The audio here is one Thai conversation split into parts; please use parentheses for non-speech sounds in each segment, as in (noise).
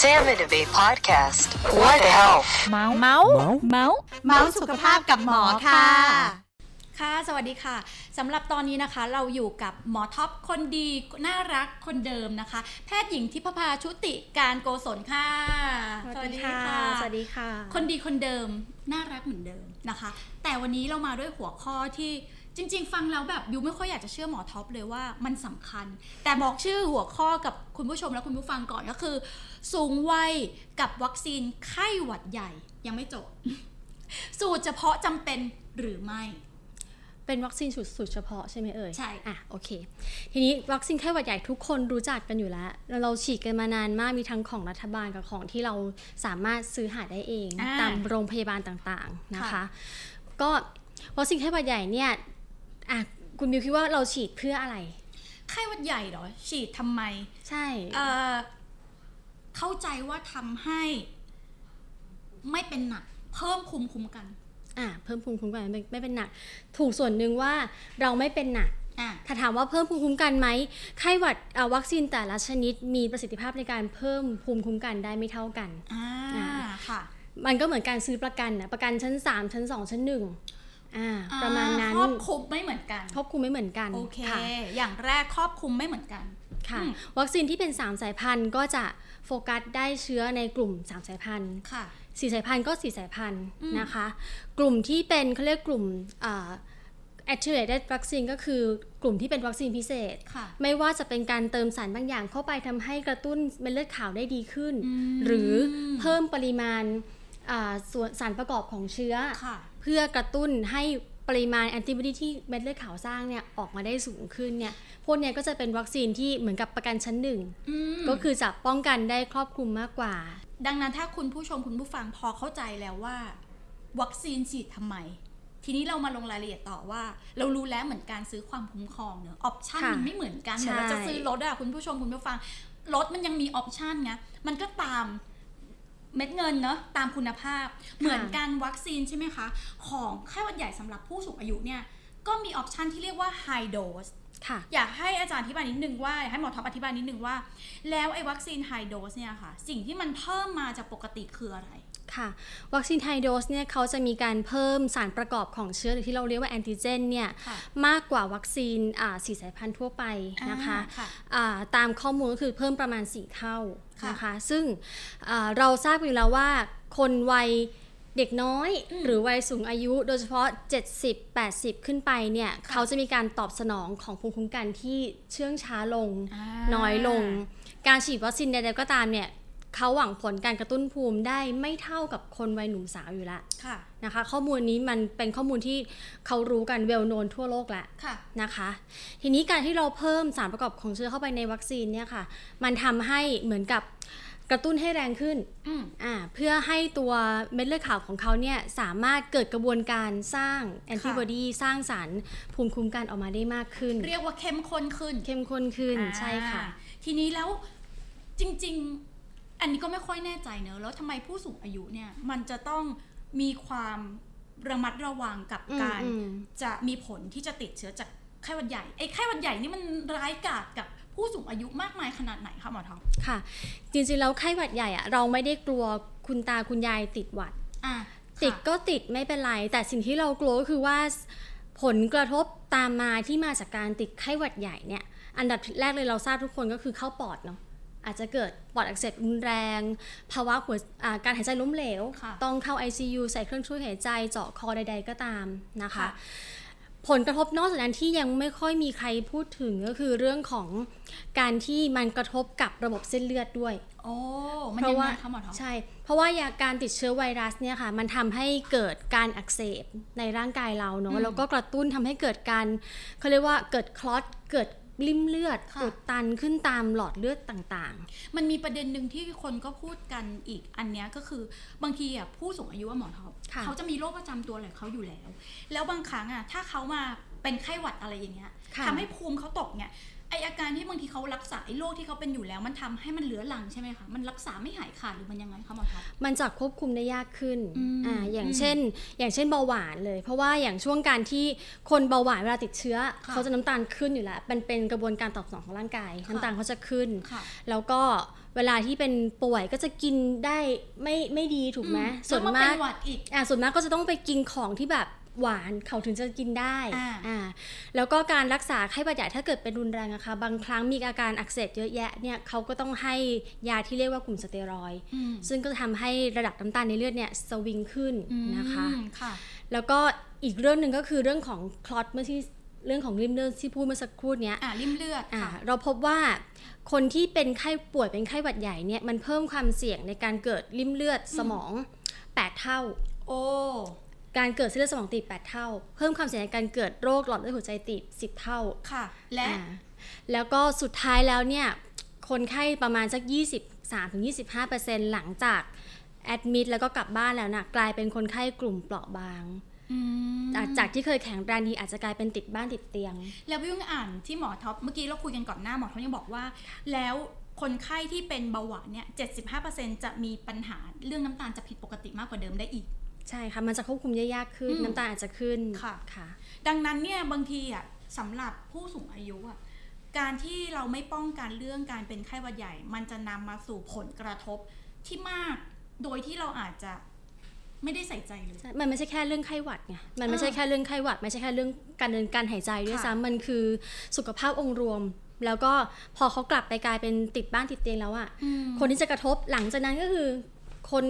Sam and Abe podcast. What the hell? เมาเมาส์เมาส์ เมาส์สุขภาพกับหมอค่ะ ค่ะ สวัสดีค่ะสำหรับตอนนี้นะคะ เราอยู่กับหมอท็อปคนดีน่ารักคนเดิมนะคะ แพทย์หญิงทิพภาชุติการโกศลค่ะ สวัสดีค่ะ คนดีคนเดิมน่ารักเหมือนเดิมนะคะ แต่วันนี้เรามาด้วยหัวข้อที่จริง ๆ ฟังแล้วแบบยูไม่ค่อยอยากจะเชื่อหมอท็อปเลยว่ามันสำคัญ แต่บอกชื่อหัวข้อกับคุณผู้ชมและคุณผู้ฟังก่อนก็คือ สูงวัยกับวัคซีนไข้หวัดใหญ่ยังไม่จบ สูตรเฉพาะจำเป็นหรือไม่ เป็นวัคซีนสูตรสูตรเฉพาะใช่ไหมเอ่ย ใช่ อ่ะ โอเค ทีนี้วัคซีนไข้หวัดใหญ่ทุกคนรู้จักกันอยู่แล้วแล้ว เราฉีดกันมานานมาก มีทั้งของรัฐบาลกับของที่เราสามารถซื้อหาได้เอง อ่า ตามโรงพยาบาลต่างๆ นะคะ ค่ะ ก็วัคซีนไข้หวัดใหญ่เนี่ยอ่ะคุณมิวคิดว่าเราฉีดเพื่ออะไร ไข้หวัดใหญ่เหรอ ฉีดทำไม ใช่ เอ่อเข้าใจว่าทำให้ไม่เป็นหนัก เพิ่มคุมคุมกัน อ่ะเพิ่มภูมิคุ้มกันไม่ไม่เป็นหนัก ถูกส่วนหนึ่งว่าเราไม่เป็นหนัก อ่ะ ถ้าถามว่าเพิ่มภูมิคุ้มกันไหมไข้หวัดเอ่อวัคซีนแต่ละชนิดมีประสิทธิภาพในการเพิ่มภูมิคุ้มกันได้ไม่เท่ากัน อ่า อ่า ค่ะ มันก็เหมือนการซื้อประกันนะประกันชั้น 3 ชั้น 2 ชั้น1อ่าประมาณนั้น ครอบคลุมไม่เหมือนกัน ครอบคลุมไม่เหมือนกัน โอเค ค่ะ อย่างแรกครอบคลุมไม่เหมือนกัน ค่ะ อืม วัคซีนที่เป็น 3 สายพันธุ์ก็จะโฟกัสได้เชื้อในกลุ่ม 3 สายพันธุ์ ค่ะ 4สายพันธุ์ก็ 4 สายพันธุ์ อืม นะคะ กลุ่มที่เป็นเขาเรียกกลุ่มเอ่อ activated vaccine ก็คือกลุ่มที่เป็นวัคซีนพิเศษ ค่ะ ไม่ว่าจะเป็นการเติมสารบางอย่างเข้าไปทำให้กระตุ้นเม็ดเลือดขาวได้ดีขึ้น อืม หรือเพิ่มปริมาณอ่าส่วนสารประกอบของเชื้อ ค่ะ เพื่อกระตุ้นให้ปริมาณแอนติบอดีที่เม็ดเลือดขาวสร้างเนี่ยออกมาได้สูงขึ้นเนี่ยพวกเนี้ยก็จะเป็นวัคซีนที่เหมือนกับประกันชั้นหนึ่ง อืม ก็คือจะป้องกันได้ครอบคลุมมากกว่า ดังนั้นถ้าคุณผู้ชมคุณผู้ฟังพอเข้าใจแล้วว่า วัคซีนฉีดทำไม ทีนี้เรามาลงรายละเอียดต่อว่า เรารู้แล้วเหมือนการซื้อความคุ้มครองเนอะออปชัน ค่ะ มันไม่เหมือนกันเหมือใช่นเราจะซื้อรถอะคุณผู้ชมคุณผู้ฟังรถมันยังมีออปชันไงมันก็ตามเม็ดเงินเนอะตามคุณภาพ เหมือนการวัคซีนใช่ไหมคะ ของไข้หวัดใหญ่สำหรับผู้สูงอายุเนี่ยก็มีออปชันที่เรียกว่า high dose ค่ะ อยากให้อาจารย์อธิบายนิดนึงว่าอยากให้หมอท็อปอธิบายนิดนึงว่า แล้วไอ้วัคซีนไฮโดสเนี่ยค่ะ สิ่งที่มันเพิ่มมาจากปกติคืออะไร ค่ะวัคซีนไทโดสเนี่ยเขาจะมีการเพิ่มสารประกอบของเชื้อหรือที่เราเรียกว่าแอนติเจนเนี่ย ค่ะ มากกว่าวัคซีนอ่าสี่สายพันธุ์ทั่วไปนะคะ อ่าค่ะ อ่าตามข้อมูลก็คือเพิ่มประมาณ 4 เท่า ค่ะ นะคะซึ่งอ่าเราทราบอยู่แล้วว่าคนวัยเด็กน้อย อืม หรือวัยสูงอายุโดยเฉพาะ 70-80 ขึ้นไปเนี่ย ค่ะ เขาจะมีการตอบสนองของภูมิคุ้มกันที่เชื่องช้าลง อ่า น้อยลง การฉีดวัคซีนใดๆก็ตามเนี่ยเขาหวังผลการกระตุ้นภูมิได้ไม่เท่ากับคนวัยหนุ่มสาวอยู่ละ ค่ะ นะคะ ข้อมูลนี้มันเป็นข้อมูลที่เขารู้กันเวลโนนทั่วโลกละ ค่ะ นะคะ ทีนี้การที่เราเพิ่มสารประกอบของเชื้อเข้าไปในวัคซีนเนี่ยค่ะ มันทำให้เหมือนกับกระตุ้นให้แรงขึ้น อืม อ่าเพื่อให้ตัวเม็ดเลือดขาวของเขาเนี่ยสามารถเกิดกระบวนการสร้างแอนติบอดีสร้างสารภูมิคุ้มกันออกมาได้มากขึ้น เรียกว่าเข้มข้นขึ้น เข้มข้นขึ้น อ่า ใช่ค่ะ ทีนี้แล้วจริง ๆ อันนี้ก็ไม่ค่อยแน่ใจเนอะแล้วทำไมผู้สูงอายุเนี่ยมันจะต้องมีความระมัดระวังกับ อืม การ อืม จะมีผลที่จะติดเชื้อจากไข้หวัดใหญ่ไอ้ไข้หวัดใหญ่นี่มันร้ายกาจกับผู้สูงอายุมากมายขนาดไหนคะหมอท็อป ค่ะจริงๆแล้วไข้หวัดใหญ่อะเราไม่ได้กลัวคุณตาคุณยายติดหวัด อ่ะ ติด ค่ะ ก็ติดไม่เป็นไร แต่สิ่งที่เรากลัวก็คือว่าผลกระทบตามมาที่มาจากการติดไข้หวัดใหญ่เนี่ยอันดับแรกเลยเราทราบทุกคนก็คือเข้าปอดเนาะอาจจะเกิดปอดอักเสบรุนแรง ภาวะหัวอ่าการหายใจล้มเหลว ค่ะ ต้องเข้า ICU ใส่เครื่องช่วยหายใจเจาะคอใด ๆก็ตามนะคะ ค่ะ ผลกระทบนอกจากนั้นที่ยังไม่ค่อยมีใครพูดถึงก็คือเรื่องของการที่มันกระทบกับระบบเส้นเลือดด้วย โอ้ มัน เพ ยัง ราะ ไง ว่า คะหมอทอม ใช่ เพราะว่ายาการติดเชื้อไวรัสเนี่ยค่ะ มันทำให้เกิดการอักเสบในร่างกายเรา อื เนาะ ม แล้วก็กระตุ้นทำให้เกิดการเขาเรียกว่าเกิดคลอต เกิดริ่มเลือด ค่ะ อุดตันขึ้นตามหลอดเลือดต่าง มันมีประเด็นหนึ่งที่คนก็พูดกันอีกอันเนี้ยก็คือบางทีอ่ะผู้สูงอายุว่าหมอท็อป ค่ะ เขาจะมีโรคประจำตัวอะไรของเขาอยู่แล้ว แล้วบางครั้งอ่ะถ้าเขามาเป็นไข้หวัดอะไรอย่างเงี้ย ค่ะ ทำให้ภูมิเขาตกเนี่ย ไออาการที่บางทีเขารักษาไอโรคที่เขาเป็นอยู่แล้ว มันทำให้มันเหลือหลังใช่ไหมคะมันรักษาไม่หายขาดหรือมันยังไงคะหมอท็อป มันจะควบคุมได้ยากขึ้น อืม อย่าง อืม เช่น อย่างเช่นเบาหวานเลย เพราะว่าอย่างช่วงการที่คนเบาหวานเวลาติดเชื้อ ค่ะ เขาจะน้ำตาลขึ้นอยู่แล้วมันเป็นกระบวนการตอบสนองของร่างกาย ค่ะ น้ำตาลเขาจะขึ้น ค่ะ แล้วก็เวลาที่เป็นป่วยก็จะกินได้ไม่ไม่ดีถูกไหม อื ส่วน แล้ว มาก เป็นหวัดอีก อ่าส่วนมากก็จะต้องไปกินของที่แบบหวานเขาถึงจะกินได้ อ่า อ่าแล้วก็การรักษาไข้หวัดใหญ่ถ้าเกิดเป็นรุนแรงนะคะ บางครั้งมีอาการอักเสบเยอะแยะเนี่ยเขาก็ต้องให้ยาที่เรียกว่ากลุ่มสเตียรอยด์ อืม ซึ่งก็จะทำให้ระดับน้ำตาลในเลือดเนี่ยสวิงขึ้นนะคะ อืมค่ะ แล้วก็อีกเรื่องหนึ่งก็คือเรื่องของคลอตเมื่อที่เรื่องของริมเลือดที่พูดเมื่อสักครู่เนี้ย อ่าริ่มเลือด อ่า ค่ะ เราพบว่าคนที่เป็นไข้ป่วยเป็นไข้หวัดใหญ่เนี่ยมันเพิ่มความเสี่ยงในการเกิดริมเลือดสมอง 8 เท่า โอ้ การเกิดเส้นเลือดสมองตีบ8เท่า เพิ่มความเสี่ยงในการเกิดโรคหลอดเลือดหัวใจตีบ10 เท่า ค่ะ และ อ่าแล้วก็สุดท้ายแล้วเนี่ย คนไข้ประมาณสัก 23-25%หลังจากแอดมิดแล้วก็กลับบ้านแล้วนะกลายเป็นคนไข้กลุ่มเปราะบาง อืม จากจากที่เคยแข็งแรงดีอาจจะกลายเป็นติดบ้านติดเตียง แล้วพี่ยุ่งอ่านที่หมอท็อปเมื่อกี้เราคุยกันก่อนหน้าหมอท็อปยังบอกว่า แล้วคนไข้ที่เป็นเบาหวานเนี่ย 75%จะมีปัญหาเรื่องน้ำตาลจะผิดปกติมากกว่าเดิมได้อีก ใช่ค่ะ มันจะควบคุมได้ยากขึ้น อืม น้ำตาลอาจจะขึ้น ค่ะ ค่ะ ดังนั้นเนี่ยบางทีอ่ะสำหรับผู้สูงอายุอ่ะการที่เราไม่ป้องกันเรื่องการเป็นไข้หวัดใหญ่ มันจะนำมาสู่ผลกระทบที่มาก โดยที่เราอาจจะไม่ได้ใส่ใจเลย มันไม่ใช่แค่เรื่องไข้หวัดไง มันไม่ อ่า ใช่แค่เรื่องไข้หวัด ไม่ใช่แค่เรื่องการเดินการหายใจด้วย ค่ะ ซ้ำมันคือสุขภาพองค์รวม แล้วก็พอเขากลับไปกลายเป็นติดบ้านติดเตียงแล้วอะ อืม คนที่จะกระทบหลังจากนั้นก็คือ คน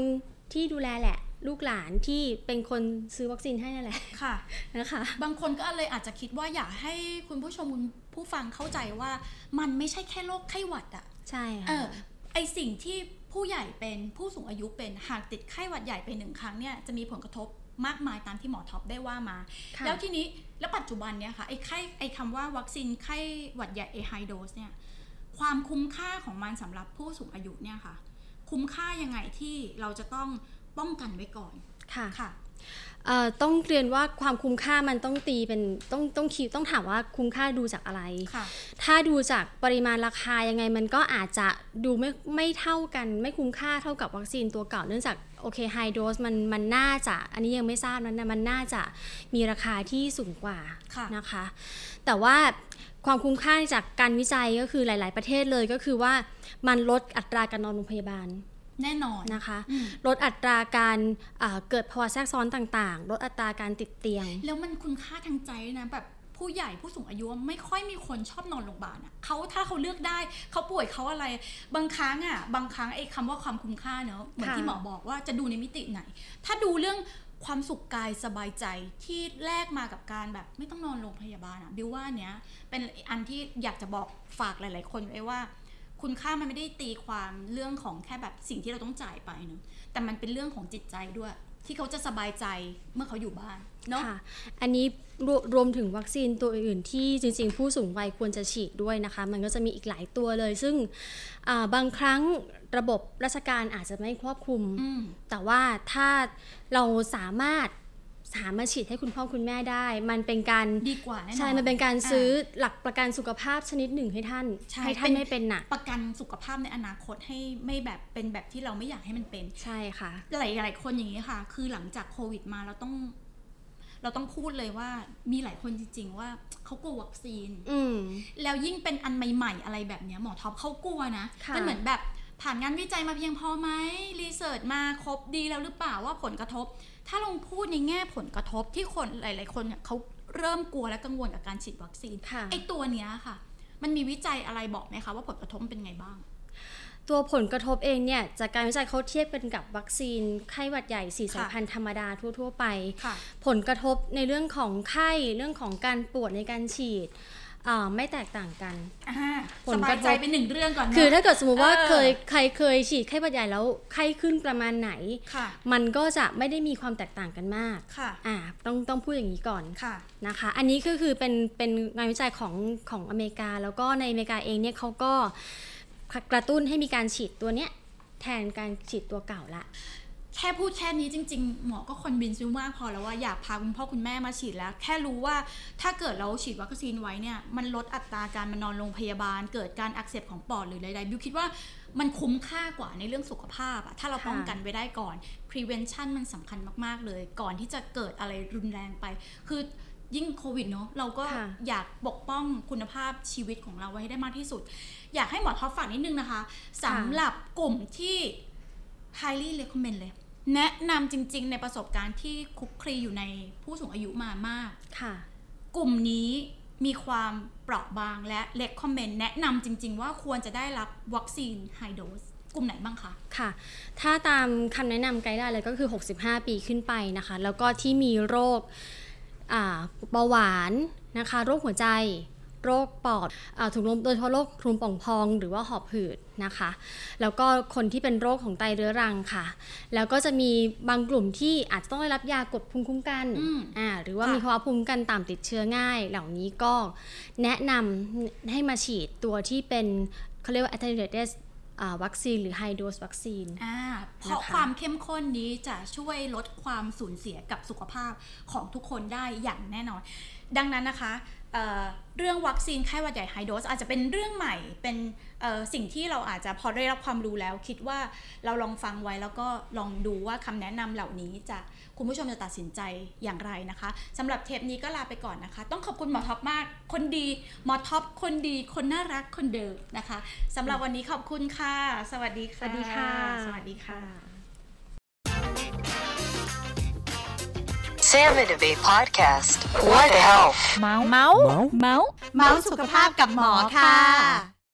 ที่ดูแลแหละ ลูกหลานที่เป็นคนซื้อวัคซีนให้นั่นแหละ (laughs) ค่ะ นะคะ บางคนก็เลยอาจจะคิดว่าอยากให้คุณผู้ชมคุณผู้ฟังเข้าใจว่า มันไม่ใช่แค่โรคไข้หวัดอะ ใช่ เอ ค่ะ อไอสิ่งที่ผู้ใหญ่เป็นผู้สูงอายุเป็นหากติดไข้หวัดใหญ่ไปหนึ่งครั้งเนี่ยจะมีผลกระทบมากมายตามที่หมอท็อปได้ว่ามา ค่ะ แล้วทีนี้แล้วปัจจุบันเนี่ยค่ะไอ้ไข้ไอ้คำว่าวัคซีนไข้หวัดใหญ่ไอไฮโดสเนี่ยความคุ้มค่าของมันสำหรับผู้สูงอายุเนี่ยค่ะ คุ้มค่ายังไงที่เราจะต้องป้องกันไว้ก่อน ค่ะ ค่ะ เอ่อต้องเรียนว่าความคุ้มค่ามันต้องตีเป็นต้องต้องคิดต้องถามว่าคุ้มค่าดูจากอะไร ค่ะ ถ้าดูจากปริมาณราคายังไงมันก็อาจจะดูไม่ไม่เท่ากัน ไม่คุ้มค่าเท่ากับวัคซีนตัวเก่าเนื่องจากโอเคไฮโดสมันมันน่าจะ อันนี้ยังไม่ทราบนะนะมันน่าจะมีราคาที่สูงกว่า ค่ะ นะคะ แต่ว่าความคุ้มค่าจากการวิจัยก็คือหลาย ๆ ประเทศเลยก็คือว่ามันลดอัตราการนอนโรงพยาบาล แน่นอน นะคะ อืม ลดอัตราการเอ่อเกิดภาวะแทรกซ้อนต่างๆ ลดอัตราการติดเตียง แล้วมันคุณค่าทางใจด้วยนะแบบผู้ใหญ่ผู้สูงอายุไม่ค่อยมีคนชอบนอนโรงพยาบาลอ่ะเขาถ้าเขาเลือกได้เขาป่วยเขาอะไร บางครั้งอ่ะบางครั้งไอ้คำว่าความคุ้มค่าเนอะเหมือน ค่ะ ที่หมอบอกว่าจะดูในมิติไหน ถ้าดูเรื่องความสุขกายสบายใจที่แลกมากับการแบบไม่ต้องนอนโรงพยาบาลอ่ะบิวว่าเนี้ยเป็นอันที่อยากจะบอกฝากหลาย ๆ คนไว้ว่า คุณค่ามันไม่ได้ตีความเรื่องของแค่แบบสิ่งที่เราต้องจ่ายไปเนอะแต่มันเป็นเรื่องของจิตใจด้วย ที่เขาจะสบายใจเมื่อเขาอยู่บ้านเนาะ ค่ะ อันนี้รวรวมถึงวัคซีนตัวอื่นๆ ที่จริงๆ ผู้สูงวัยควรจะฉีดด้วยนะคะ มันก็จะมีอีกหลายตัวเลย ซึ่งอ่าบางครั้งระบบราชการอาจจะไม่ครอบคลุม อืม แต่ว่าถ้าเราสามารถสามารถฉีดให้คุณพ่อคุณแม่ได้ มันเป็นการ ดีกว่าแน่นอน ใช่ มันเป็นการซื้อ อ หลักประกันสุขภาพชนิดหนึ่งให้ท่าน ใช่ ท่าน เป็น ไม่เป็นหนัก ประกันสุขภาพในอนาคตให้ไม่แบบเป็นแบบที่เราไม่อยากให้มันเป็น ใช่ค่ะ หลายหลายคนอย่างนี้ค่ะ คือหลังจากโควิดมาเราต้อง เราต้องพูดเลยว่ามีหลายคนจริง ๆ ว่าเขากลัววัคซีน อืม แล้วยิ่งเป็นอันใหม่ ๆ อะไรแบบเนี้ยหมอท็อปเขากลัวนะ ค่ะ มันเหมือนแบบผ่านงานวิจัยมาเพียงพอไหมรีเสิร์ชมาครบดีแล้วหรือเปล่าว่าผลกระทบ ถ้าลองพูดในแง่ผลกระทบที่คนหลาย ๆ คนเนี่ยเขาเริ่มกลัวและกังวลกับการฉีดวัคซีน ค่ะ ไอตัวเนี้ยค่ะ มันมีวิจัยอะไรบอกไหมคะว่าผลกระทบมันเป็นไงบ้าง ตัวผลกระทบเองเนี่ย จากการวิจัยเขาเทียบกันกับวัคซีนไข้หวัดใหญ่สี่สาย ค่ะ พันธุ์ธรรมดาทั่ว ๆ ไป ค่ะ ผลกระทบในเรื่องของไข้เรื่องของการปวดในการฉีดอ่าไม่แตกต่างกัน ผ ส ล บาระก ยทบ ใจเป็นหนึ่งเรื่องก่อนเนอะ คือถ้าเกิดสมมติว่า เออ เคยใครเคยฉีดไข้หวัดใหญ่แล้วไข้ขึ้นประมาณไหน ค่ะ มันก็จะไม่ได้มีความแตกต่างกันมาก ค่ะ อ่าต้องต้องพูดอย่างนี้ก่อน ค่ะ นะคะ อันนี้ก็คือเป็นเป็นงานวิจัยของของอเมริกา แล้วก็ในอเมริกาเองเนี่ยเขาก็กระตุ้นให้มีการฉีดตัวเนี้ยแทนการฉีดตัวเก่าละ แค่พูดแค่นี้จริง ๆ หมอก็คอนวินซ์วิวมากพอแล้วว่าอยากพาคุณพ่อคุณแม่มาฉีดแล้ว แค่รู้ว่าถ้าเกิดเราฉีดวัคซีนไว้เนี่ยมันลดอัตราการมานอนโรงพยาบาล เกิดการอักเสบของปอดหรือใดๆบิวคิดว่ามันคุ้มค่ากว่าในเรื่องสุขภาพอะถ้าเรา ค่ะ ป้องกันไว้ได้ก่อน prevention มันสำคัญมากๆเลย ก่อนที่จะเกิดอะไรรุนแรงไป คือยิ่งโควิดเนาะเราก็ ค่ะ อยากปกป้องคุณภาพชีวิตของเราไว้ให้ได้มากที่สุด อยากให้หมอท็อปฝากนิดนึงนะคะสำหรับกลุ่มที่ highly recommend เลย แนะนำจริงๆ ในประสบการณ์ที่คลุกคลีอยู่ในผู้สูงอายุมามาก ค่ะ กลุ่มนี้มีความเปราะบางและ recommend แนะนำจริง ๆ ว่าควรจะได้รับวัคซีน high dose กลุ่มไหนบ้างคะ ค่ะ ถ้าตามคำแนะนำไกด์ไลน์เลยก็คือ 65 ปีขึ้นไปนะคะ แล้วก็ที่มีโรคอ่าเบาหวานนะคะ โรคหัวใจ โรคปอดอาถุงลมโดยเฉพาะโรคถุงป่องพอง หรือว่าหอบหืดนะคะ แล้วก็คนที่เป็นโรคของไตเรื้อรังค่ะ แล้วก็จะมีบางกลุ่มที่อาจจะต้องได้รับยากดภูมิคุ้มกัน อืม อ่าหรือว่า ค่ะ มีภาวะภูมิคุ้มกันต่ำติดเชื้อง่าย เหล่านี้ก็แนะนำให้มาฉีดตัวที่เป็นเขาเรียกว่า attenuated อ่าวัคซีนหรือ high dose วัคซีน อ่าเพราะ นะคะ ความเข้มข้นนี้จะช่วยลดความสูญเสียกับสุขภาพของทุกคนได้อย่างแน่นอน ดังนั้นนะคะเอ่อเรื่องวัคซีนไข้หวัดใหญ่ไฮโดสอาจจะเป็นเรื่องใหม่เป็นเอ่อสิ่งที่เราอาจจะพอได้รับความรู้แล้ว คิดว่าเราลองฟังไว้แล้วก็ลองดูว่าคำแนะนำเหล่านี้จะคุณผู้ชมจะตัดสินใจอย่างไรนะคะสำหรับเทปนี้ก็ลาไปก่อนนะคะ ต้องขอบคุณหมอท็อปมาก คนดีหมอท็อปคนดีคนน่ารักคนเดิมนะคะสำหรับวันนี้ขอบคุณค่ะ สวัสดีค่ะ สวัสดีค่ะ สวัสดีค่ะ Sam and Debate Podcast. What the health? Mau Mau Mau เมาส์สุขภาพกับหมอค่ะ